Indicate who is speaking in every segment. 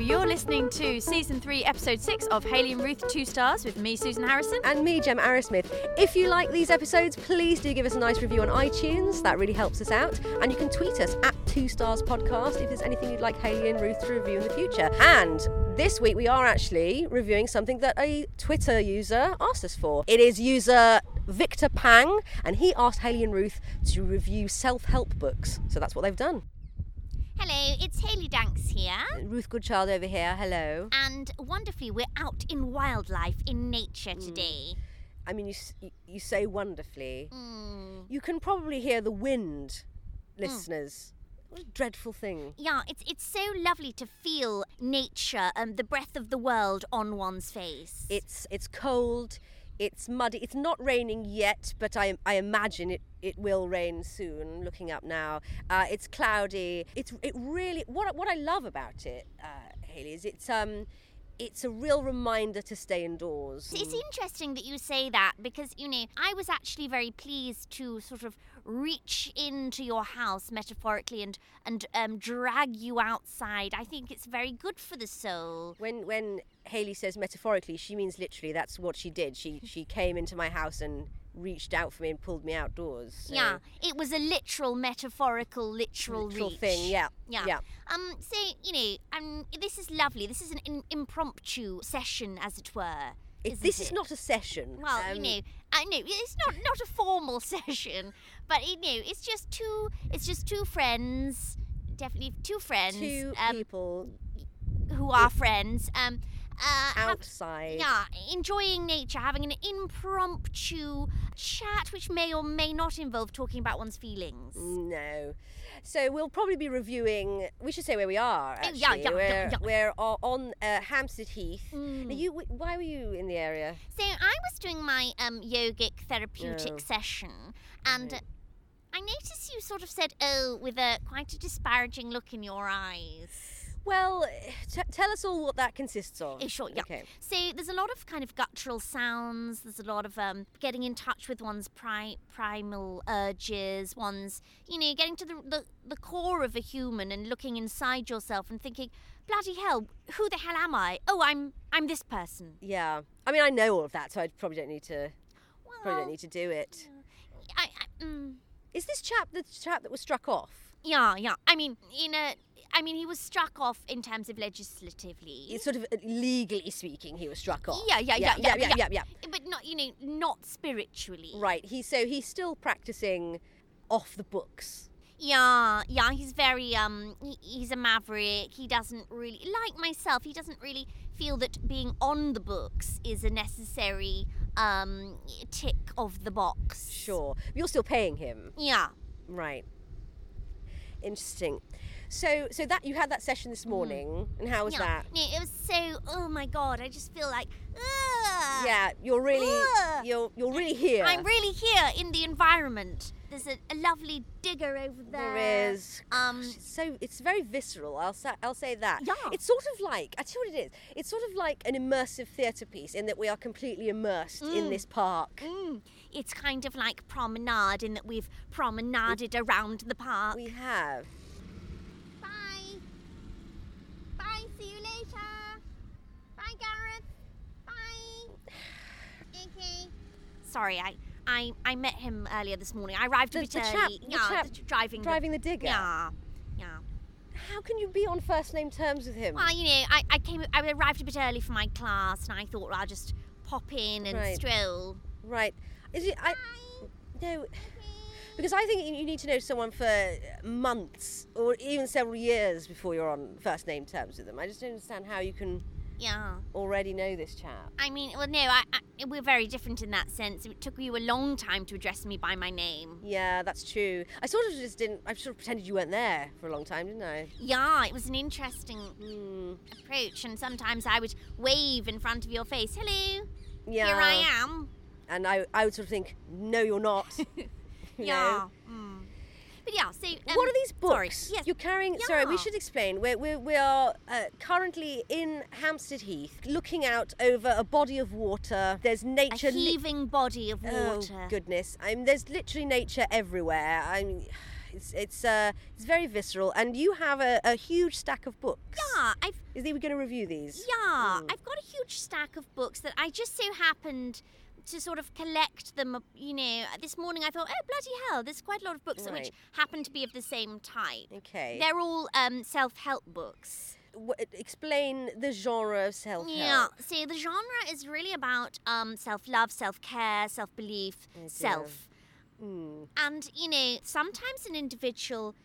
Speaker 1: you're listening to season three, episode six of Haley and Ruth Two Stars with me, Susan Harrison.
Speaker 2: and me, Gem Arrowsmith. If you like these episodes, please do give us a nice review on iTunes. That really helps us out. And you can tweet us at Two Stars Podcast if there's anything you'd like Haley and Ruth to review in the future. And this week we are actually reviewing something that a Twitter user asked us for. It is user Victor Pang, and he asked Haley and Ruth to review self-help books. So that's what they've done.
Speaker 3: Hello, it's Haley Danks here.
Speaker 2: Ruth Goodchild over here. Hello.
Speaker 3: And wonderfully, we're out in wildlife, in nature
Speaker 1: Mm.
Speaker 3: today.
Speaker 2: I mean, you s- you, you say wonderfully.
Speaker 3: Mm.
Speaker 2: You can probably hear the wind, listeners. What a dreadful thing.
Speaker 3: Yeah, it's, it's so lovely to feel nature and the breath of the world on one's face.
Speaker 2: It's it's cold, it's muddy. It's not raining yet, but I I imagine it it will rain soon. Looking up now, uh, it's cloudy. It's it really what I- what I love about it, uh, Haley, is it's um. It's a real reminder to stay indoors.
Speaker 3: It's interesting that you say that because, you know, I was actually very pleased to sort of reach into your house metaphorically and, and um, drag you outside. I think it's very good for the soul.
Speaker 2: When when Haley says metaphorically, she means literally. That's what she did. She she came into my house and reached out for me and pulled me outdoors. so-
Speaker 3: Yeah, it was a literal, metaphorical, literal,
Speaker 2: Literal
Speaker 3: reach.
Speaker 2: thing, yeah,
Speaker 3: yeah,
Speaker 2: yeah.
Speaker 3: Um, so you know, um, this is lovely. This is an in- impromptu session, as it were.
Speaker 2: It,
Speaker 3: isn't
Speaker 2: this is
Speaker 3: it?
Speaker 2: not a session.
Speaker 3: Well,
Speaker 2: Um,
Speaker 3: you know, I know it's not not a formal session, but you know, it's just two. It's just two friends. Definitely two friends
Speaker 2: two
Speaker 3: um,
Speaker 2: people
Speaker 3: who are friends. Um, uh, have-
Speaker 2: outside.
Speaker 3: yeah, enjoying nature, having an impromptu chat, which may or may not involve talking about one's feelings.
Speaker 2: No. So we'll probably be reviewing. We should say where we are.
Speaker 3: Oh,
Speaker 2: Actually.
Speaker 3: yeah, yeah, yeah,
Speaker 2: we're,
Speaker 3: yeah.
Speaker 2: we're o- on uh, Hampstead Heath. Now,
Speaker 3: Mm.
Speaker 2: you, wh- why were you in the area?
Speaker 3: So I was doing my um, yogic therapeutic
Speaker 2: Yeah.
Speaker 3: session, and uh I noticed you sort of said "oh" with a quite a disparaging look in your eyes.
Speaker 2: Well, t- tell us all what that consists of.
Speaker 3: Eh, sure, yeah.
Speaker 2: Okay.
Speaker 3: So there's a lot of kind of guttural sounds. There's a lot of um, getting in touch with one's pri- primal urges, one's you know getting to the, the the core of a human and looking inside yourself and thinking, bloody hell, who the hell am I? Oh, I'm I'm this person.
Speaker 2: Yeah. I mean, I know all of that, so I probably don't need to. Probably
Speaker 3: Well,
Speaker 2: don't need to do it.
Speaker 3: I, I, mm,
Speaker 2: Is this chap the chap that was struck off?
Speaker 3: Yeah, yeah. I mean, in a, I mean, he was struck off in terms of legislatively.
Speaker 2: It's sort of uh, legally speaking, he was struck off.
Speaker 3: Yeah, yeah, yeah,
Speaker 2: yeah, yeah,
Speaker 3: yeah,
Speaker 2: yeah, yeah.
Speaker 3: but not, you know, not spiritually.
Speaker 2: Right. He so he's still practicing off the books.
Speaker 3: Yeah, yeah. He's very, um, he, he's a maverick. He doesn't really, like myself, he doesn't really feel that being on the books is a necessary, um, tick of the box.
Speaker 2: Sure. You're still paying him.
Speaker 3: Yeah.
Speaker 2: Right. Interesting. So so that you had that session this morning and how was
Speaker 3: Mm. yeah.
Speaker 2: that?
Speaker 3: No, it was so. Oh my god! I just feel like. Ugh,
Speaker 2: Yeah, you're really
Speaker 3: Ugh.
Speaker 2: you're you're really here.
Speaker 3: I'm really here in the environment. There's a, a lovely digger over there.
Speaker 2: there is
Speaker 3: Um,
Speaker 2: Gosh, it's so it's very visceral. I'll say I'll say that.
Speaker 3: Yeah.
Speaker 2: It's sort of like I tell you what it is. It's sort of like an immersive theatre piece in that we are completely immersed in this park.
Speaker 3: mm, it's kind of like promenade in that we've promenaded around the park.
Speaker 2: We have.
Speaker 3: Bye. Bye. See you later. Bye, Gareth. Bye. Okay. Sorry, I, I, I met him earlier this morning. I arrived a
Speaker 2: The-
Speaker 3: bit
Speaker 2: the
Speaker 3: early.
Speaker 2: chap- the
Speaker 3: yeah,
Speaker 2: chap
Speaker 3: the ch- driving.
Speaker 2: Driving the digger.
Speaker 3: The, yeah. Yeah.
Speaker 2: How can you be on first name terms with him?
Speaker 3: Well, you know, I, I came, I arrived a bit early for my class, and I thought well, I'll just pop in and
Speaker 2: Right.
Speaker 3: stroll.
Speaker 2: Right. Is it? I no. Because I think you- you need to know someone for months or even several years before you're on first name terms with them. I just don't understand how you can
Speaker 3: Yeah.
Speaker 2: already know this chap.
Speaker 3: I mean, well, no, I, I, we're very different in that sense. It took you a long time to address me by my name.
Speaker 2: Yeah, that's true. I sort of just didn't. I sort of pretended you weren't there for a long time, didn't I?
Speaker 3: Yeah, it was an interesting mm,
Speaker 2: Hmm.
Speaker 3: approach, and sometimes I would wave in front of your face, hello,
Speaker 2: yeah.
Speaker 3: here I am.
Speaker 2: And I, I would sort of think, no, you're not. You
Speaker 3: Yeah.
Speaker 2: know?
Speaker 3: Mm. But yeah, so. um,
Speaker 2: what are these
Speaker 3: sorry,
Speaker 2: books?
Speaker 3: Yes.
Speaker 2: You're carrying. Sorry, we
Speaker 3: Yeah.
Speaker 2: should explain. We're, we're, we are uh, currently in Hampstead Heath, looking out over a body of water. There's
Speaker 3: a
Speaker 2: nature. li-
Speaker 3: heaving body of
Speaker 2: Oh
Speaker 3: water.
Speaker 2: goodness! I mean, there's literally nature everywhere. I mean, It's it's uh, it's very visceral, and you have a, a huge stack of books.
Speaker 3: Yeah, I've
Speaker 2: Is that we're going to review these?
Speaker 3: Yeah,
Speaker 2: Mm.
Speaker 3: I've got a huge stack of books that I just so happened to sort of collect them. uh, You know, this morning I thought, oh bloody hell, there's quite a lot of books that which
Speaker 2: Right.
Speaker 3: happen to be of the same type.
Speaker 2: Okay.
Speaker 3: They're all um, self-help books.
Speaker 2: W- explain the genre of self-help.
Speaker 3: Yeah. So the genre is really about um, self-love, self-care, self-belief,
Speaker 2: dear.
Speaker 3: self.
Speaker 2: Mm.
Speaker 3: And you know, sometimes an individual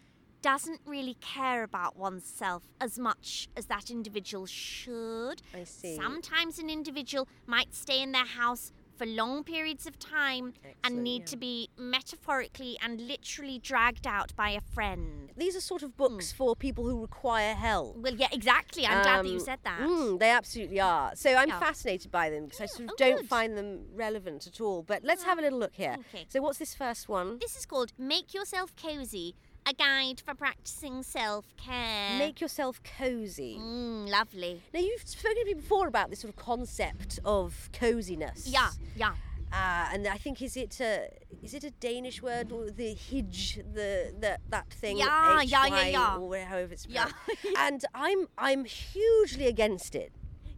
Speaker 3: doesn't really care about oneself as much as that individual should.
Speaker 2: I see.
Speaker 3: Sometimes an individual might stay in their house for long periods of time
Speaker 2: Excellent,
Speaker 3: and need
Speaker 2: yeah.
Speaker 3: to be metaphorically and literally dragged out by a friend.
Speaker 2: These are
Speaker 3: Hmm.
Speaker 2: sort of books for people who require help.
Speaker 3: Well, yeah, exactly. I'm glad that you
Speaker 2: Mm. Um,
Speaker 3: said that.
Speaker 2: Mm, they absolutely are. So I'm
Speaker 3: Yeah.
Speaker 2: fascinated by them because I sort of
Speaker 3: oh,
Speaker 2: don't
Speaker 3: good.
Speaker 2: find them relevant at all. But let's have a little look here.
Speaker 3: Okay.
Speaker 2: So what's this first one?
Speaker 3: This is called Make Yourself Cozy, a guide for practicing self care.
Speaker 2: Make yourself cozy.
Speaker 3: Mm, lovely.
Speaker 2: Now you've spoken to me before about this sort of concept of coziness.
Speaker 3: Yeah, yeah.
Speaker 2: Uh, and I think is it a is it a Danish word or the hidge the, the that thing?
Speaker 3: Yeah, yeah, yeah,
Speaker 2: HY
Speaker 3: yeah.
Speaker 2: Or where- however it's
Speaker 3: Yeah.
Speaker 2: pronounced. and I'm I'm hugely against it.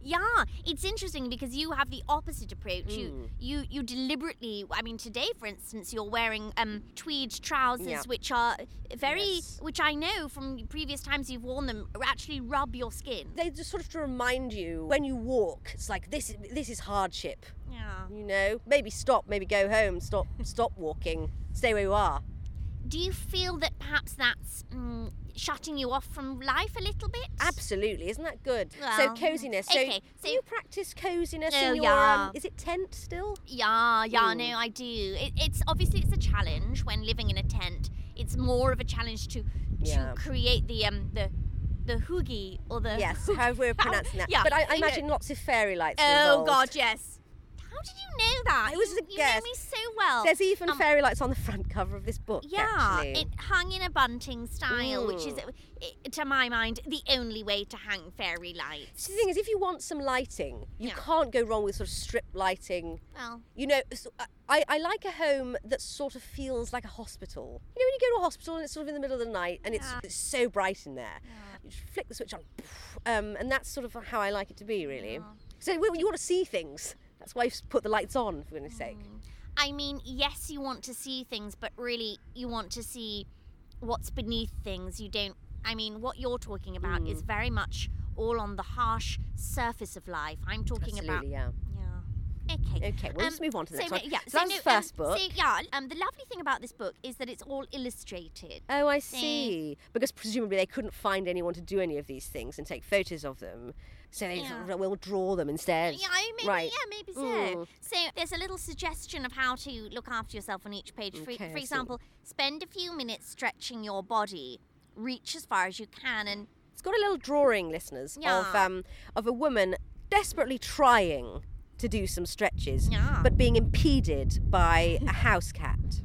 Speaker 3: Yeah, it's interesting because you have the opposite
Speaker 2: Hmm.
Speaker 3: approach. You, you, you deliberately. I mean, today, for instance, you're wearing um, tweed trousers,
Speaker 2: Yeah.
Speaker 3: which are very,
Speaker 2: Yes.
Speaker 3: which I know from previous times you've worn them, actually rub your skin.
Speaker 2: They just sort of to remind you when you walk. It's like this is this is hardship.
Speaker 3: Yeah.
Speaker 2: You know, maybe stop, maybe go home. Stop, stop walking. Stay where you are.
Speaker 3: Do you feel that perhaps that's mm, shutting you off from life a little bit?
Speaker 2: Absolutely, isn't that good? so
Speaker 3: Well,
Speaker 2: coziness. So,
Speaker 3: okay,
Speaker 2: do
Speaker 3: so-
Speaker 2: you practice coziness
Speaker 3: Oh,
Speaker 2: in your?
Speaker 3: yeah.
Speaker 2: Um, is it tent still?
Speaker 3: Yeah, yeah,
Speaker 2: Mm.
Speaker 3: no, I do. It, it's obviously it's a challenge when living in a tent. It's more of a challenge to to
Speaker 2: Yeah.
Speaker 3: create the um the the hoogie or the
Speaker 2: Yes, however we're pronouncing that.
Speaker 3: Yeah,
Speaker 2: but I, I
Speaker 3: you know-
Speaker 2: imagine lots of fairy lights. are
Speaker 3: Oh
Speaker 2: involved.
Speaker 3: God, yes. How did you know that?
Speaker 2: It was
Speaker 3: you,
Speaker 2: a
Speaker 3: you
Speaker 2: guess.
Speaker 3: know me so well.
Speaker 2: There's even
Speaker 3: um,
Speaker 2: fairy lights on the front cover of this book.
Speaker 3: yeah,
Speaker 2: actually.
Speaker 3: it hung in a bunting style, which is,
Speaker 2: Mm.
Speaker 3: i to my mind, the only way to hang fairy lights.
Speaker 2: So the thing is, if you want some lighting, you
Speaker 3: Yeah.
Speaker 2: can't go wrong with sort of strip lighting.
Speaker 3: Well,
Speaker 2: You know, so I, I like a home that sort of feels like a hospital. You know, when you go to a hospital and it's sort of in the middle of the night and
Speaker 3: Yeah.
Speaker 2: it's, it's so bright in there, you just flick the switch on, um, and that's sort of how I like it to be, really. So we, you want to see things. That's why you put the lights on, for goodness' sake.
Speaker 3: I mean, yes, you want to see things, but really, you want to see what's beneath things. You don't. I mean, what you're talking about is
Speaker 2: Mm.
Speaker 3: very much all on the harsh surface of life. I'm talking
Speaker 2: Absolutely, yeah.
Speaker 3: about. Yeah. Okay.
Speaker 2: Okay, well, let's
Speaker 3: Um,
Speaker 2: move on to the
Speaker 3: so
Speaker 2: next
Speaker 3: no-
Speaker 2: one.
Speaker 3: Yeah,
Speaker 2: so, that's
Speaker 3: no,
Speaker 2: the first
Speaker 3: um,
Speaker 2: book.
Speaker 3: So yeah, um, the lovely thing about this book is that it's all illustrated.
Speaker 2: Oh, I see. Because presumably they couldn't find anyone to do any of these things and take photos of them, so they
Speaker 3: Yeah.
Speaker 2: r- will draw them instead.
Speaker 3: Yeah, I- maybe,
Speaker 2: right.
Speaker 3: yeah, maybe so.
Speaker 2: Mm.
Speaker 3: So there's a little suggestion of how to look after yourself on each page. For,
Speaker 2: Okay, I
Speaker 3: for
Speaker 2: see.
Speaker 3: example, spend a few minutes stretching your body, reach as far as you can, and
Speaker 2: It's got a little drawing, listeners, of
Speaker 3: Yeah.
Speaker 2: um, of a woman desperately trying to do some stretches,
Speaker 3: Yeah.
Speaker 2: but being impeded by a house cat.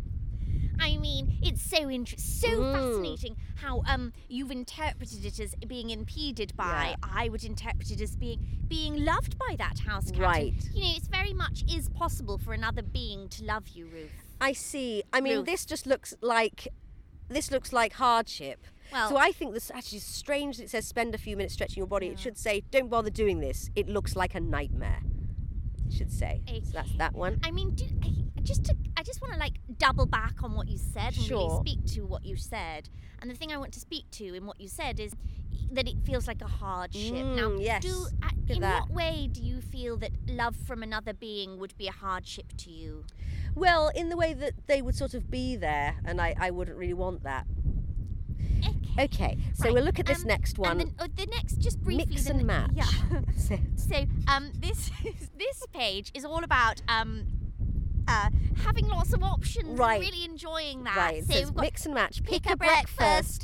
Speaker 3: I mean, it's so inter- so
Speaker 2: Mm.
Speaker 3: fascinating how um you've interpreted it as being impeded by.
Speaker 2: Yeah.
Speaker 3: I would interpret it as being being loved by that house cat.
Speaker 2: Right.
Speaker 3: And, you know, it's very much is possible for another being to love you, Ruth.
Speaker 2: I see. I mean,
Speaker 3: Ruth.
Speaker 2: this just looks like this looks like hardship.
Speaker 3: Well-
Speaker 2: so I think this actually is strange that it says spend a few minutes stretching your body. It should say don't bother doing this. It looks like a nightmare. It should say. So that's
Speaker 3: Okay.
Speaker 2: that one.
Speaker 3: I mean, do, I, just to, I just want to like double back on what you said and
Speaker 2: Sure.
Speaker 3: really speak to what you said. And the thing I want to speak to in what you said is that it feels like a hardship. now,
Speaker 2: Mm, yes.
Speaker 3: do uh,
Speaker 2: at
Speaker 3: in
Speaker 2: that.
Speaker 3: what way do you feel that love from another being would be a hardship to you?
Speaker 2: Well, in the way that they would sort of be there, and I, I wouldn't really want that. Eh,
Speaker 3: Okay.
Speaker 2: Okay, so
Speaker 3: Right,
Speaker 2: we'll look at this
Speaker 3: um,
Speaker 2: next one.
Speaker 3: And the, uh, the next, just briefly,
Speaker 2: Mix
Speaker 3: the
Speaker 2: and
Speaker 3: ne-
Speaker 2: match.
Speaker 3: Yeah.
Speaker 2: So-
Speaker 3: So um, this this page is all about um, uh, having lots of options,
Speaker 2: Right.
Speaker 3: and really enjoying that.
Speaker 2: right, it
Speaker 3: So
Speaker 2: says
Speaker 3: we've got
Speaker 2: mix and match. Pick,
Speaker 3: pick
Speaker 2: a,
Speaker 3: a
Speaker 2: breakfast.
Speaker 3: breakfast.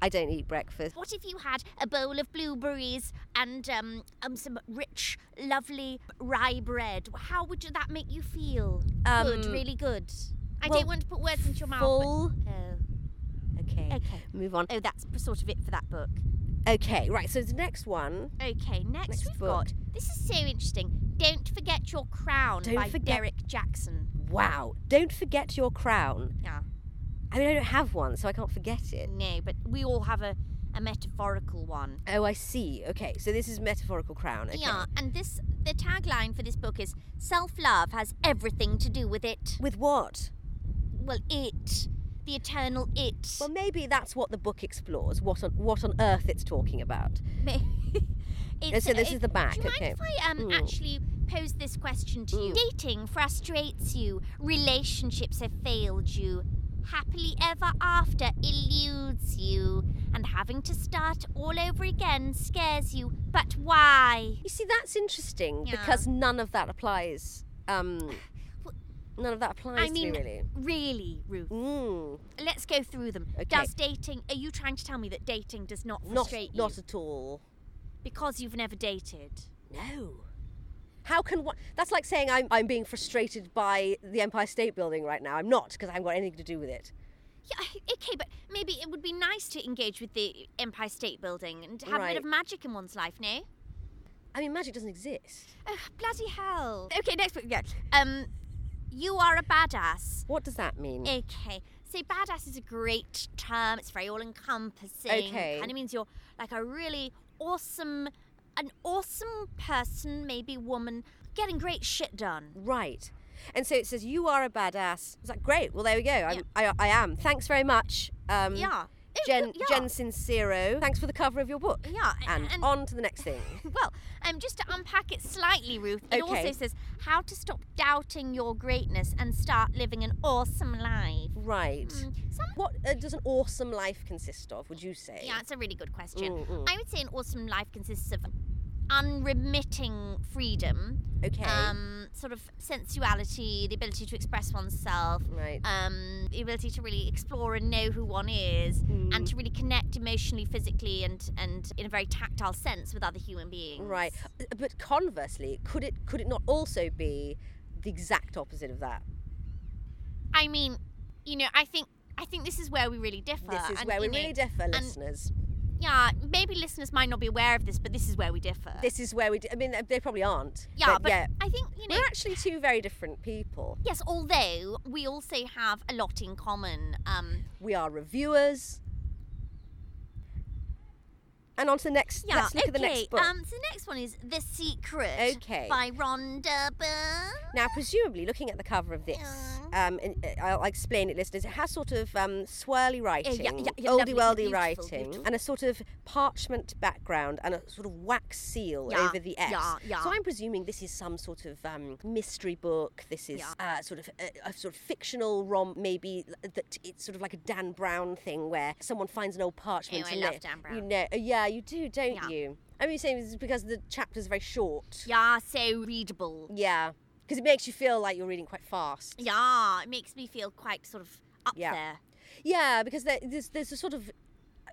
Speaker 2: I don't eat breakfast.
Speaker 3: What if you had a bowl of blueberries and um, um, some rich, lovely rye bread? How would that make you feel? good,
Speaker 2: Um,
Speaker 3: really good. I
Speaker 2: well,
Speaker 3: don't want to put words into your mouth.
Speaker 2: Full.
Speaker 3: But, oh,
Speaker 2: Okay.
Speaker 3: okay.
Speaker 2: Move on.
Speaker 3: Oh, that's p- sort of it for that book.
Speaker 2: Okay, right. So the next one.
Speaker 3: Okay, next,
Speaker 2: Next
Speaker 3: we've
Speaker 2: book.
Speaker 3: got. This is so interesting. Don't forget your crown
Speaker 2: Don't
Speaker 3: by
Speaker 2: forget-
Speaker 3: Derek Jackson.
Speaker 2: Wow. Don't forget your crown.
Speaker 3: Yeah.
Speaker 2: I mean, I don't have one, so I can't forget it.
Speaker 3: No, but we all have a, a metaphorical one.
Speaker 2: Oh, I see. Okay, so this is metaphorical crown. Okay.
Speaker 3: Yeah, and this the tagline for this book is self love has everything to do with it.
Speaker 2: With what?
Speaker 3: Well, it, the eternal it.
Speaker 2: Well, maybe that's what the book explores. What on what on earth it's talking about?
Speaker 3: it's,
Speaker 2: so this
Speaker 3: it-
Speaker 2: is the back.
Speaker 3: Do you
Speaker 2: okay.
Speaker 3: mind if I um,
Speaker 2: Mm.
Speaker 3: actually pose this question to you? Dating frustrates you. Relationships have failed you. Happily ever after eludes you. And having to start all over again scares you. But why?
Speaker 2: You see, that's interesting
Speaker 3: Yeah.
Speaker 2: because none of that applies. Um,
Speaker 3: Well,
Speaker 2: none of that applies
Speaker 3: I mean,
Speaker 2: to me really.
Speaker 3: really, Ruth.
Speaker 2: Mm,
Speaker 3: Let's go through them.
Speaker 2: Okay.
Speaker 3: Does dating? Are you trying to tell me that dating does not
Speaker 2: not
Speaker 3: frustrate you
Speaker 2: not at all.
Speaker 3: because you've never dated?
Speaker 2: No. How can one? That's like saying I'm I'm being frustrated by the Empire State Building right now. I'm not because I haven't got anything to do with it.
Speaker 3: Yeah, okay, but maybe it would be nice to engage with the Empire State Building and have a
Speaker 2: Right.
Speaker 3: bit of magic in one's life, no?
Speaker 2: I mean, magic doesn't exist.
Speaker 3: Oh, bloody hell. Okay, next book. Yeah. Um, you are a badass.
Speaker 2: What does that mean?
Speaker 3: Okay. So badass is a great term. It's very all encompassing.
Speaker 2: Okay.
Speaker 3: Kind of means you're like a really awesome, an awesome person, maybe woman, getting great shit done.
Speaker 2: Right. And so it says you are a badass. It's like great. Well, there we go. I'm, I, I am. Thanks very much. Um,
Speaker 3: Yeah. It-
Speaker 2: Jen
Speaker 3: yeah.
Speaker 2: Jen Sincero. Thanks for the cover of your book.
Speaker 3: Yeah.
Speaker 2: And, on to the next thing.
Speaker 3: Well, um, just to unpack it slightly, Ruth, it also
Speaker 2: Okay.
Speaker 3: says how to stop doubting your greatness and start living an awesome life.
Speaker 2: right.
Speaker 3: Mm, some,
Speaker 2: What uh, does an awesome life consist of? Would you say?
Speaker 3: yeah, it's a really good question.
Speaker 2: Mm, mm.
Speaker 3: I would say an awesome life consists of unremitting freedom,
Speaker 2: Okay.
Speaker 3: um, sort of sensuality, the ability to express oneself,
Speaker 2: right.
Speaker 3: um, the ability to really explore and know who one is,
Speaker 2: Mm.
Speaker 3: and to really connect emotionally, physically, and, and in a very tactile sense with other human beings.
Speaker 2: Right. Uh, But conversely, could it could it not also be the exact opposite of that?
Speaker 3: I mean, you know, I think I think this is where we really differ.
Speaker 2: This is
Speaker 3: and,
Speaker 2: where we
Speaker 3: you know,
Speaker 2: really differ, listeners.
Speaker 3: Yeah, maybe listeners might not be aware of this, but this is where we differ.
Speaker 2: This is where we. d I I mean, they probably aren't.
Speaker 3: uh, yeah, but,
Speaker 2: yeah,
Speaker 3: I think you know.
Speaker 2: we're actually two very different people.
Speaker 3: Yes, although we also have a lot in common. Um,
Speaker 2: We are reviewers. And on to the next.
Speaker 3: yeah,
Speaker 2: let's look
Speaker 3: okay.
Speaker 2: at the next book.
Speaker 3: Um, so the next one is The Secret.
Speaker 2: Okay.
Speaker 3: By Rhonda Byrne.
Speaker 2: now, presumably, looking at the cover of this, um, and, uh, I'll explain it, listeners. It has sort of um, swirly writing,
Speaker 3: yeah, yeah, lovely,
Speaker 2: oldie worldy
Speaker 3: beautiful,
Speaker 2: writing,
Speaker 3: beautiful.
Speaker 2: and a sort of parchment background and a sort of wax seal
Speaker 3: Yeah,
Speaker 2: over the S.
Speaker 3: yeah, yeah.
Speaker 2: So I'm presuming this is some sort of um, mystery book. This is
Speaker 3: Yeah.
Speaker 2: uh, sort of a, a sort of fictional rom, maybe uh, that it's sort of like a Dan Brown thing where someone finds an old parchment.
Speaker 3: I
Speaker 2: and
Speaker 3: love
Speaker 2: they-
Speaker 3: Dan
Speaker 2: You
Speaker 3: Brown.
Speaker 2: know, uh, yeah, you do, don't
Speaker 3: Yeah.
Speaker 2: you? I mean, saying this is because the chapters are very short.
Speaker 3: Yeah, so readable.
Speaker 2: Yeah, because it makes you feel like you're reading quite fast.
Speaker 3: Yeah, it makes me feel quite sort of up
Speaker 2: Yeah.
Speaker 3: there.
Speaker 2: Yeah, because there, there's there's a sort of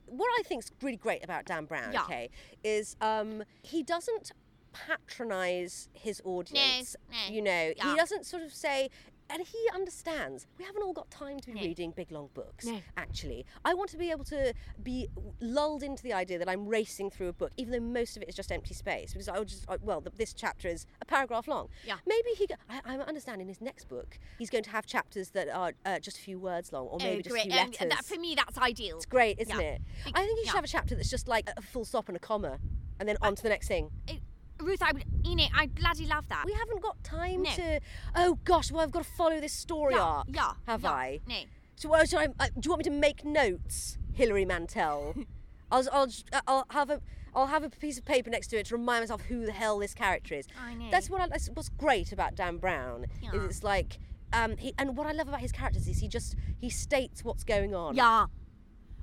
Speaker 2: what I think's really great about Dan Brown,
Speaker 3: Yeah.
Speaker 2: okay, is um, he doesn't patronize his audience.
Speaker 3: no,
Speaker 2: You know,
Speaker 3: yeah.
Speaker 2: he doesn't sort of say. And he understands we haven't all got time to be
Speaker 3: No.
Speaker 2: reading big long books.
Speaker 3: No.
Speaker 2: Actually, I want to be able to be lulled into the idea that I'm racing through a book, even though most of it is just empty space. Because I would just I- well, th this chapter is a paragraph long.
Speaker 3: Yeah.
Speaker 2: Maybe he. Go- I, I'm understanding his next book. He's going to have chapters that are uh, just a few words long, or
Speaker 3: Oh,
Speaker 2: maybe just a
Speaker 3: great.
Speaker 2: few
Speaker 3: Um,
Speaker 2: letters.
Speaker 3: that, for me, that's ideal.
Speaker 2: It's great, isn't
Speaker 3: Yeah.
Speaker 2: it?
Speaker 3: Be-
Speaker 2: I think you should
Speaker 3: yeah.
Speaker 2: have a chapter that's just like a full stop and a comma, and then on to the next thing.
Speaker 3: It- Uh, Ruth, I would, you know, I bloody love that.
Speaker 2: We haven't got time
Speaker 3: No.
Speaker 2: to. Oh gosh, well I've got to follow this story
Speaker 3: yeah,
Speaker 2: arc.
Speaker 3: yeah,
Speaker 2: have
Speaker 3: yeah,
Speaker 2: I?
Speaker 3: No.
Speaker 2: So what should I? Uh, do you want me to make notes, Hilary Mantel? I'll, s- I'll, just- I'll have a. I'll have a piece of paper next to it to remind myself who the hell this character is.
Speaker 3: I know.
Speaker 2: That's what I, that's what's great about Dan Brown is
Speaker 3: Yeah.
Speaker 2: it's like, um, he, and what I love about his characters is he just he states what's going on.
Speaker 3: Yeah.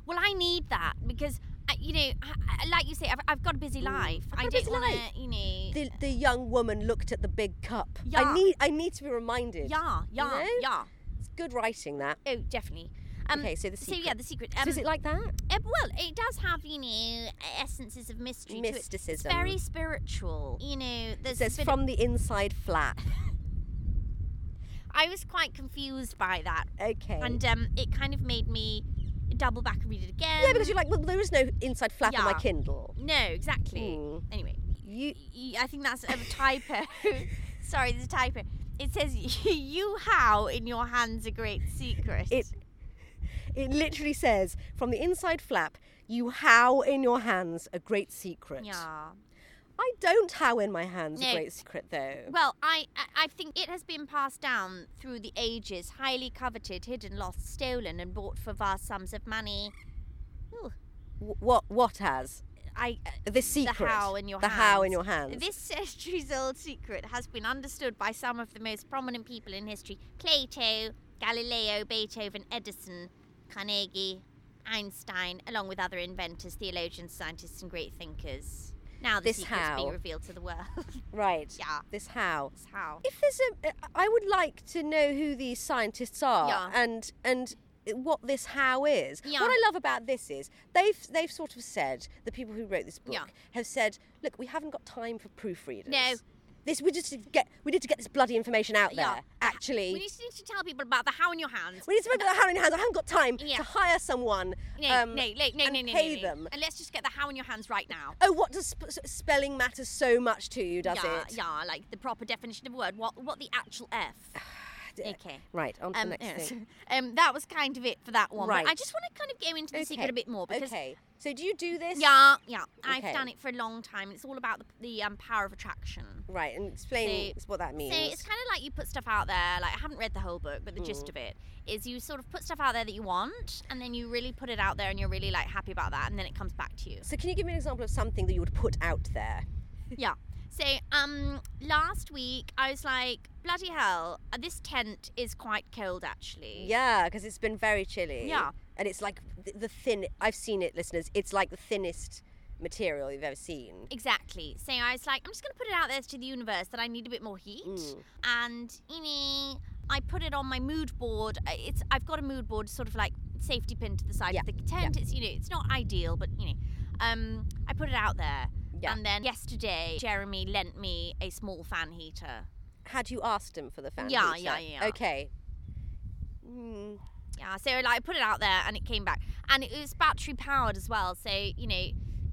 Speaker 3: Well, I need that because, I, you know, I, I, like you say, I've, I've got a busy life.
Speaker 2: got a
Speaker 3: I don't
Speaker 2: busy
Speaker 3: want
Speaker 2: life.
Speaker 3: to, you know.
Speaker 2: The, the young woman looked at the big cup.
Speaker 3: Yeah.
Speaker 2: I need I need to be reminded.
Speaker 3: yeah, yeah,
Speaker 2: know?
Speaker 3: yeah.
Speaker 2: It's good writing that.
Speaker 3: Oh, definitely. Um,
Speaker 2: okay, so the
Speaker 3: So
Speaker 2: secret.
Speaker 3: yeah, the secret.
Speaker 2: So
Speaker 3: Um,
Speaker 2: is it like that?
Speaker 3: uh, well, it does have you know essences of mystery. to it. It's
Speaker 2: Mysticism.
Speaker 3: very spiritual. You know,
Speaker 2: mm. it
Speaker 3: there's a
Speaker 2: says
Speaker 3: bit of-
Speaker 2: from the inside flat.
Speaker 3: I was quite confused by that,
Speaker 2: Okay.
Speaker 3: and um, it kind of made me double back and read it again.
Speaker 2: yeah, because you're like, well, there is no inside flap on my
Speaker 3: um, Yeah.
Speaker 2: Kindle.
Speaker 3: No, exactly.
Speaker 2: Mm.
Speaker 3: Anyway,
Speaker 2: You
Speaker 3: y- I think that's a typo. Sorry, there's a typo. It says you how in your hands a great secret.
Speaker 2: It- It literally says from the inside flap, you how in your hands a great secret.
Speaker 3: Yeah.
Speaker 2: I don't how in my hands a
Speaker 3: No.
Speaker 2: great secret though.
Speaker 3: Well, I, I I think it has been passed down through the ages, highly coveted, hidden, lost, stolen, and bought for vast sums of money.
Speaker 2: Wh- what what has
Speaker 3: I
Speaker 2: this secret?
Speaker 3: the how in your
Speaker 2: the
Speaker 3: hands.
Speaker 2: how in your hands.
Speaker 3: This centuries-old secret has been understood by some of the most prominent people in history: Plato, Galileo, Beethoven, Edison, Carnegie, Einstein, along with other inventors, theologians, scientists, and great thinkers. Now the
Speaker 2: This
Speaker 3: secret's
Speaker 2: how.
Speaker 3: being revealed to the world.
Speaker 2: right.
Speaker 3: yeah,
Speaker 2: This how.
Speaker 3: that's how.
Speaker 2: If there's a, I would like to know who these scientists are
Speaker 3: Yeah.
Speaker 2: and and what this how is.
Speaker 3: Yeah.
Speaker 2: What I love about this is they've they've sort of said the people who wrote this book
Speaker 3: Yeah.
Speaker 2: have said, look, we haven't got time for proofreaders.
Speaker 3: No.
Speaker 2: This we just need to get we need to get this bloody information out
Speaker 3: Yeah.
Speaker 2: there.
Speaker 3: We
Speaker 2: Actually,
Speaker 3: need to, need to tell people about the how in your hands.
Speaker 2: we need to make that how in hands. I haven't got time
Speaker 3: Yeah.
Speaker 2: to hire someone.
Speaker 3: No,
Speaker 2: um,
Speaker 3: no, no, no,
Speaker 2: and
Speaker 3: no, no,
Speaker 2: pay
Speaker 3: no, no.
Speaker 2: them.
Speaker 3: And let's just get the how in your hands right now.
Speaker 2: Oh, what does sp- s- spelling matter so much to you? Does
Speaker 3: yeah,
Speaker 2: it?
Speaker 3: yeah, like the proper definition of a word. What, what the actual F?
Speaker 2: D-
Speaker 3: okay.
Speaker 2: Right. On to
Speaker 3: Um,
Speaker 2: the next
Speaker 3: yes.
Speaker 2: thing.
Speaker 3: um, that was kind of it for that one.
Speaker 2: Right.
Speaker 3: But I just want to kind of go into the secret a bit more because.
Speaker 2: okay. So do you do this?
Speaker 3: Yeah, yeah. I've
Speaker 2: Okay.
Speaker 3: done it for a long time. It's all about the, the um, power of attraction.
Speaker 2: Right, and explain what that means.
Speaker 3: So it's kind of like you put stuff out there. Like I haven't read the whole book, but the
Speaker 2: Mm.
Speaker 3: gist of it is you sort of put stuff out there that you want, and then you really put it out there, and you're really like happy about that, and then it comes back to you.
Speaker 2: so can you give me an example of something that you would put out there?
Speaker 3: Yeah. So, um, last week I was like, bloody hell, uh, this tent is quite cold actually.
Speaker 2: Yeah, because it's been very chilly.
Speaker 3: Yeah.
Speaker 2: And it's like th- the thin. I've seen it, listeners. It's like the thinnest material you've ever seen.
Speaker 3: Exactly. So I was like, I'm just gonna put it out there to the universe that I need a bit more heat,
Speaker 2: Mm.
Speaker 3: and you know, I put it on my mood board. Uh, It's I've got a mood board, sort of like safety pin to the side
Speaker 2: Yeah.
Speaker 3: of the tent. It's you know, it's not ideal, but you know, um, I put it out there.
Speaker 2: Yeah.
Speaker 3: And then yesterday, Jeremy lent me a small fan heater.
Speaker 2: Had you asked him for the fan?
Speaker 3: Yeah,
Speaker 2: heater?
Speaker 3: yeah, yeah.
Speaker 2: Okay. Mm,
Speaker 3: Yeah, so like I put it out there and it came back. And it was battery powered as well. So, you know,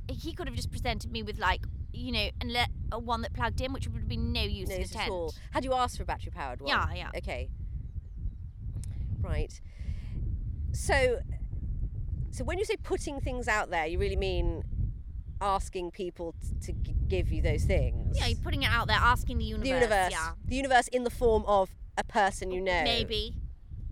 Speaker 3: he could have just presented me with like, you know, and let a one that plugged in, which would have been no use
Speaker 2: no,
Speaker 3: in a
Speaker 2: it's
Speaker 3: tent.
Speaker 2: at all. Had you asked for a battery powered one?
Speaker 3: Yeah, yeah.
Speaker 2: Okay. Right. So, so when you say putting things out there, you really mean asking people t- to g- give you those things.
Speaker 3: Yeah, you're putting it out there, asking the universe.
Speaker 2: the universe.
Speaker 3: Yeah.
Speaker 2: The universe in the form of a person you know.
Speaker 3: Maybe.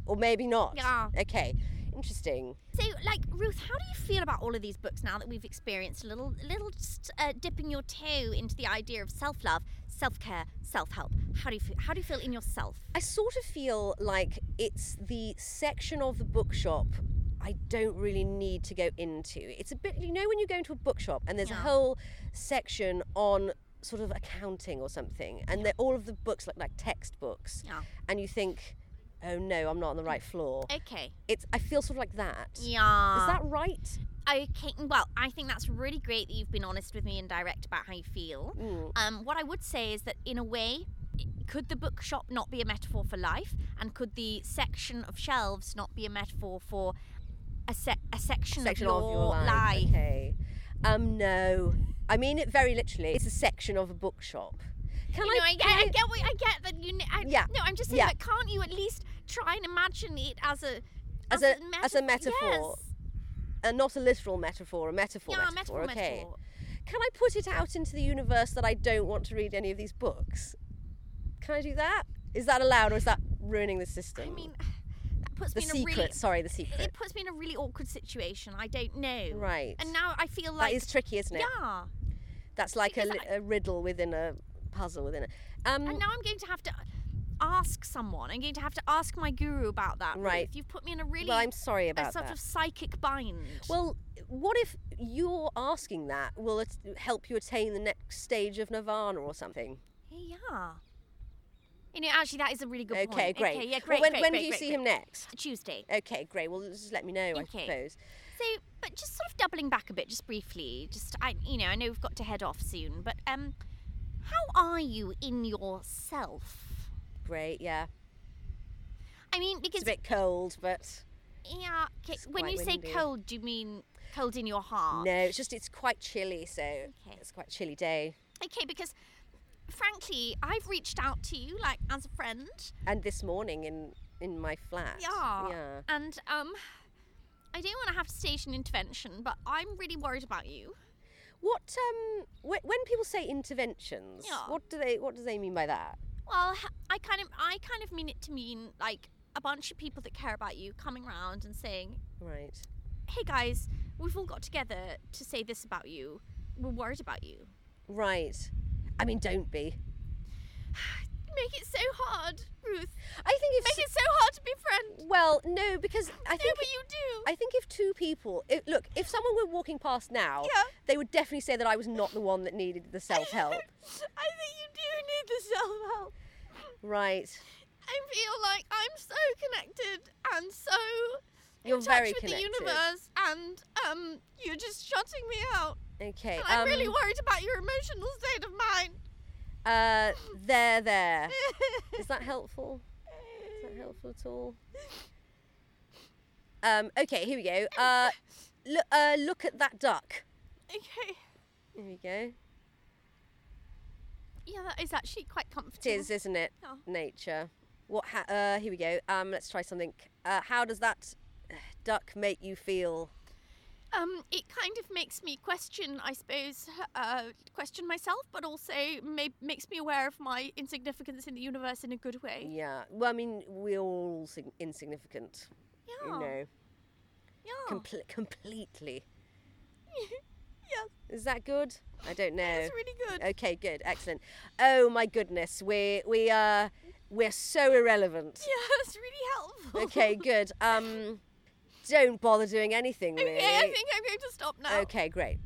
Speaker 2: Or maybe not.
Speaker 3: Yeah.
Speaker 2: Okay. Interesting.
Speaker 3: So, like Ruth, how do you feel about all of these books now that we've experienced a little, little just uh, dipping your toe into the idea of self-love, self-care, self-help? How do you feel? How do you feel in yourself?
Speaker 2: I sort of feel like it's the section of the bookshop I don't really need to go into. It's a bit, you know, when you go into a bookshop and there's
Speaker 3: Yeah.
Speaker 2: a whole section on sort of accounting or something, and they're all of the books look like textbooks,
Speaker 3: Yeah.
Speaker 2: and you think, oh no, I'm not on the right floor.
Speaker 3: Okay.
Speaker 2: It's I feel sort of like that. Is
Speaker 3: Yeah.
Speaker 2: that right?
Speaker 3: Okay, well, I think that's really great that you've been honest with me and direct about how you feel.
Speaker 2: Mm.
Speaker 3: Um, what I would say is that, in a way, i- could the bookshop not be a metaphor for life? And could the section of shelves not be a metaphor for a, se- a section,
Speaker 2: section
Speaker 3: of,
Speaker 2: of
Speaker 3: your
Speaker 2: your life. Okay. Um, no. I mean it very literally. It's a section of a bookshop. Can
Speaker 3: You know, I, get,
Speaker 2: can
Speaker 3: I get what I get that you. kn- I,
Speaker 2: Yeah,
Speaker 3: No, I'm just saying,
Speaker 2: yeah.
Speaker 3: but can't you at least try and imagine it as a
Speaker 2: As a- as a metaphor.
Speaker 3: Yes.
Speaker 2: uh, not a literal metaphor, a metaphor
Speaker 3: Yeah, a
Speaker 2: metaphor.
Speaker 3: metaphor,
Speaker 2: okay.
Speaker 3: metaphor.
Speaker 2: Can I put it out into the universe that I don't want to read any of these books? Can I do that? Is that allowed, or is that ruining the system?
Speaker 3: I mean, that puts
Speaker 2: the
Speaker 3: me in
Speaker 2: secret.
Speaker 3: a really
Speaker 2: Sorry, the secret.
Speaker 3: it puts me in a really awkward situation. I don't know.
Speaker 2: Right.
Speaker 3: And now I feel
Speaker 2: that
Speaker 3: like
Speaker 2: is tricky, isn't it?
Speaker 3: yeah.
Speaker 2: That's like a,
Speaker 3: because
Speaker 2: li- a riddle within a puzzle within it. Um,
Speaker 3: And now I'm going to have to ask someone. I'm going to have to ask my guru about that.
Speaker 2: Right.
Speaker 3: Ruth. You've put me in a really
Speaker 2: well, I'm sorry
Speaker 3: a
Speaker 2: about
Speaker 3: sort
Speaker 2: that.
Speaker 3: of psychic bind.
Speaker 2: Well, what if you're asking that will it help you attain the next stage of nirvana or something?
Speaker 3: yeah. You know, actually, that is a really good point.
Speaker 2: okay, great.
Speaker 3: Okay, yeah,
Speaker 2: Well,
Speaker 3: great.
Speaker 2: when
Speaker 3: great,
Speaker 2: when
Speaker 3: great,
Speaker 2: do you
Speaker 3: great,
Speaker 2: see
Speaker 3: great.
Speaker 2: him next?
Speaker 3: Tuesday.
Speaker 2: Okay, great. Well, just let me know, I
Speaker 3: Okay.
Speaker 2: suppose.
Speaker 3: So, but just sort of doubling back a bit, just briefly. Just I, you know, I know we've got to head off soon, but um, how are you in yourself?
Speaker 2: Great, yeah.
Speaker 3: I mean, because
Speaker 2: It's a bit cold, but
Speaker 3: Yeah. Okay.
Speaker 2: It's
Speaker 3: When
Speaker 2: quite
Speaker 3: you
Speaker 2: windy.
Speaker 3: say cold, do you mean cold in your heart?
Speaker 2: no, it's just it's quite chilly, so it's quite a chilly day.
Speaker 3: Okay, because frankly, I've reached out to you like as a friend.
Speaker 2: And this morning in in my flat.
Speaker 3: Yeah.
Speaker 2: Yeah.
Speaker 3: And um, I do want to have station intervention, but I'm really worried about you.
Speaker 2: What um wh- when people say interventions,
Speaker 3: Yeah.
Speaker 2: what do they what do they mean by that?
Speaker 3: Well, h- I kind of, I kind of mean it to mean like a bunch of people that care about you coming round and saying,
Speaker 2: Right.
Speaker 3: "Hey guys, we've all got together to say this about you. We're worried about you."
Speaker 2: Right. I mean, don't be.
Speaker 3: Make it so hard, Ruth.
Speaker 2: I think if
Speaker 3: Make it so hard to be friends.
Speaker 2: well, no, because I
Speaker 3: No,
Speaker 2: think
Speaker 3: but you do.
Speaker 2: I think if two people if, look, if someone were walking past now,
Speaker 3: Yeah.
Speaker 2: they would definitely say that I was not the one that needed the self help.
Speaker 3: I think you do need the self help.
Speaker 2: right.
Speaker 3: I feel like I'm so connected and so in
Speaker 2: You're
Speaker 3: touch
Speaker 2: very
Speaker 3: with
Speaker 2: connected.
Speaker 3: the universe, and um, you're just shutting me out.
Speaker 2: Okay.
Speaker 3: And I'm
Speaker 2: um,
Speaker 3: really worried about your emotional state of mind.
Speaker 2: uh, there, there. Is that helpful? Is that helpful at all? Um, okay, here we go. Uh, look, uh, look at that duck.
Speaker 3: okay.
Speaker 2: Here we go.
Speaker 3: Yeah, that is actually quite
Speaker 2: It
Speaker 3: comforting.
Speaker 2: is, isn't it?
Speaker 3: Yeah.
Speaker 2: Nature. What? Ha- uh, here we go. Um, let's try something. Uh, how does that uh, duck make you feel?
Speaker 3: Um, it kind of makes me question, I suppose, uh, question myself, but also may- makes me aware of my insignificance in the universe in a good way.
Speaker 2: Yeah. Well, I mean, we're all sig- insignificant.
Speaker 3: Yeah.
Speaker 2: You know,
Speaker 3: Yeah.
Speaker 2: Comple- completely.
Speaker 3: yeah.
Speaker 2: Is that good? I don't know.
Speaker 3: That's really good.
Speaker 2: Okay, good, excellent. Oh my goodness, we we uh we're so irrelevant.
Speaker 3: Yeah, that's really helpful.
Speaker 2: Okay, good. Um, don't bother doing anything really.
Speaker 3: Okay, I think I'm going to stop now.
Speaker 2: Okay, great.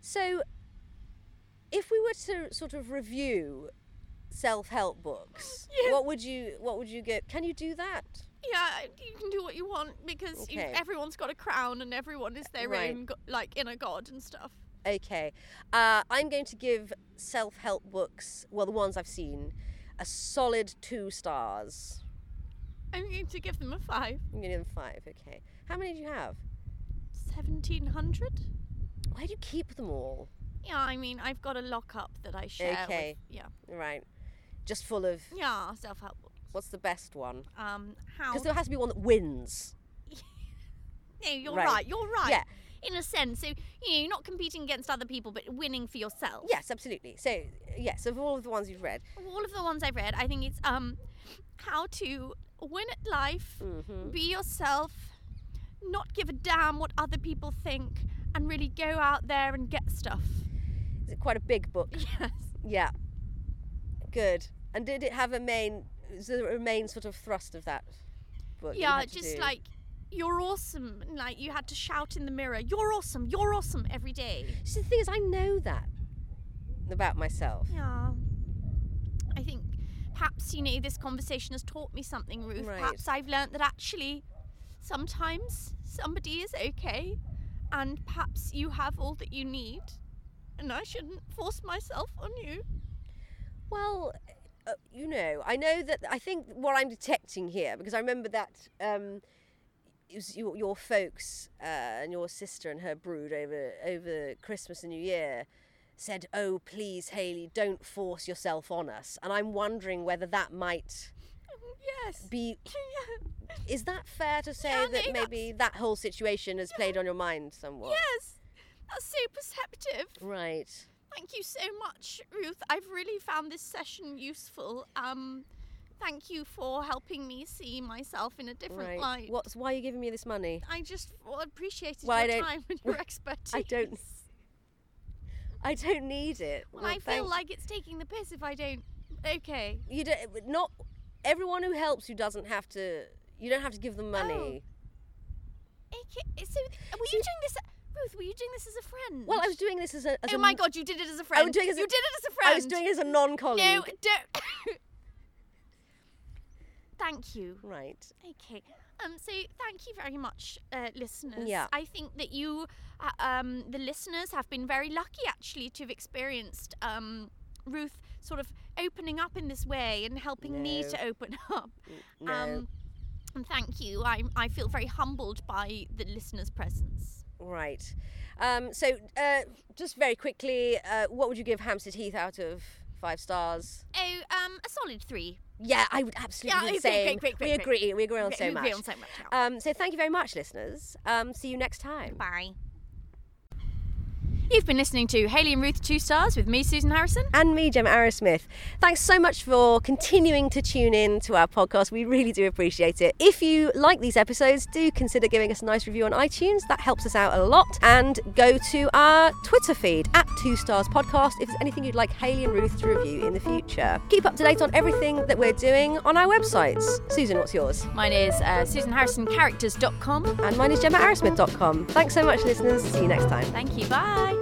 Speaker 2: So, if we were to sort of review self-help books,
Speaker 3: Yeah.
Speaker 2: what would you what would you get? Can you do that?
Speaker 3: Yeah, you can do what you want because you,
Speaker 2: Okay.
Speaker 3: everyone's got a crown and everyone is their
Speaker 2: Right.
Speaker 3: own, go- like, inner god and stuff.
Speaker 2: Okay, uh, I'm going to give self-help books, well, the ones I've seen, a solid two stars.
Speaker 3: I'm going to give them a five.
Speaker 2: I'm gonna give them five. Okay. How many do you have?
Speaker 3: 1700?
Speaker 2: Why do you keep them all?
Speaker 3: Yeah, I mean, I've got a lockup that I share.
Speaker 2: Okay.
Speaker 3: With, yeah.
Speaker 2: Right. Just full of
Speaker 3: Yeah, self help.
Speaker 2: what's the best one?
Speaker 3: Um, how?
Speaker 2: Because there has to be one that wins.
Speaker 3: No, you're
Speaker 2: Right.
Speaker 3: right. You're right.
Speaker 2: Yeah.
Speaker 3: In a sense, so you know, you're not competing against other people, but winning for yourself.
Speaker 2: Yes, absolutely. So yes, of all of the ones you've read.
Speaker 3: Of All of the ones I've read, I think it's um, how to win at life,
Speaker 2: Mm-hmm.
Speaker 3: be yourself, not give a damn what other people think, and really go out there and get stuff.
Speaker 2: Is it quite a big book?
Speaker 3: Yes.
Speaker 2: Yeah. Good. And did it have a main? Is there a main sort of thrust of that book? that you
Speaker 3: yeah,
Speaker 2: had to
Speaker 3: just
Speaker 2: do?
Speaker 3: like you're awesome. and, Like you had to shout in the mirror, "You're awesome! You're awesome!" every day.
Speaker 2: See, the thing is, I know that about myself.
Speaker 3: Yeah. I think perhaps, you know, this conversation has taught me something, Ruth.
Speaker 2: Right.
Speaker 3: Perhaps I've learnt that actually sometimes somebody is okay and perhaps you have all that you need and I shouldn't force myself on you.
Speaker 2: Well, uh, you know, I know that I think what I'm detecting here, because I remember that um, it was your, your folks uh, and your sister and her brood over over Christmas and New Year said, "Oh, please, Haley, don't force yourself on us." And I'm wondering whether that might
Speaker 3: Um, Yes.
Speaker 2: be.
Speaker 3: Yeah.
Speaker 2: Is that fair to say
Speaker 3: Yeah,
Speaker 2: that
Speaker 3: no,
Speaker 2: maybe that whole situation has played on your mind somewhat?
Speaker 3: Yes. That's so perceptive.
Speaker 2: Right.
Speaker 3: Thank you so much, Ruth. I've really found this session useful. Um thank you for helping me see myself in a different
Speaker 2: Right.
Speaker 3: light.
Speaker 2: What's why are you giving me this money?
Speaker 3: I just well, appreciated
Speaker 2: Well, I
Speaker 3: your
Speaker 2: don't-
Speaker 3: time and your expertise.
Speaker 2: don't- I don't need it.
Speaker 3: Well, I feel
Speaker 2: thank-
Speaker 3: like it's taking the piss if I don't. Okay.
Speaker 2: you don't not everyone who helps you doesn't have to you don't have to give them
Speaker 3: Oh,
Speaker 2: money
Speaker 3: okay. eh, So, uh, were you doing this, Ruth? Were you doing this as a friend?
Speaker 2: well i was doing this as a as
Speaker 3: oh
Speaker 2: a-
Speaker 3: my God! You did it as a friend.
Speaker 2: doing it as a-
Speaker 3: you did it as a friend.
Speaker 2: i was doing it as a non-colleague
Speaker 3: No, don't. thank you.
Speaker 2: right
Speaker 3: Okay. Um, so thank you very much, uh, listeners.
Speaker 2: Yeah.
Speaker 3: I think that you, uh, um, the listeners, have been very lucky actually to have experienced um, Ruth sort of opening up in this way and helping me
Speaker 2: No.
Speaker 3: to open up. um,
Speaker 2: no
Speaker 3: and thank you. I, I feel very humbled by the listeners' presence.
Speaker 2: right um so uh just very quickly uh what would you give hampstead heath out of Five stars.
Speaker 3: Oh, um, a solid three.
Speaker 2: Yeah, I would absolutely
Speaker 3: Yeah,
Speaker 2: be
Speaker 3: okay,
Speaker 2: saying
Speaker 3: great, great, great,
Speaker 2: we
Speaker 3: great.
Speaker 2: agree. We agree on
Speaker 3: Okay,
Speaker 2: so
Speaker 3: we
Speaker 2: much.
Speaker 3: agree on so much now.
Speaker 2: Um, so thank you very much, listeners. Um, see you next time.
Speaker 3: Bye.
Speaker 1: You've been listening to Haley and Ruth Two Stars with me, Susan Harrison.
Speaker 2: and me, Gemma Arrowsmith. Thanks so much for continuing to tune in to our podcast. We really do appreciate it. If you like these episodes, do consider giving us a nice review on iTunes. That helps us out a lot. And go to our Twitter feed at Two Stars Podcast if there's anything you'd like Haley and Ruth to review in the future. Keep up to date on everything that we're doing on our websites. Susan, what's yours?
Speaker 1: Mine is uh, SusanHarrisonCharacters.com.
Speaker 2: And mine is GemmaArrowsmith.com. Thanks so much, listeners. See you next time.
Speaker 1: Thank you. Bye.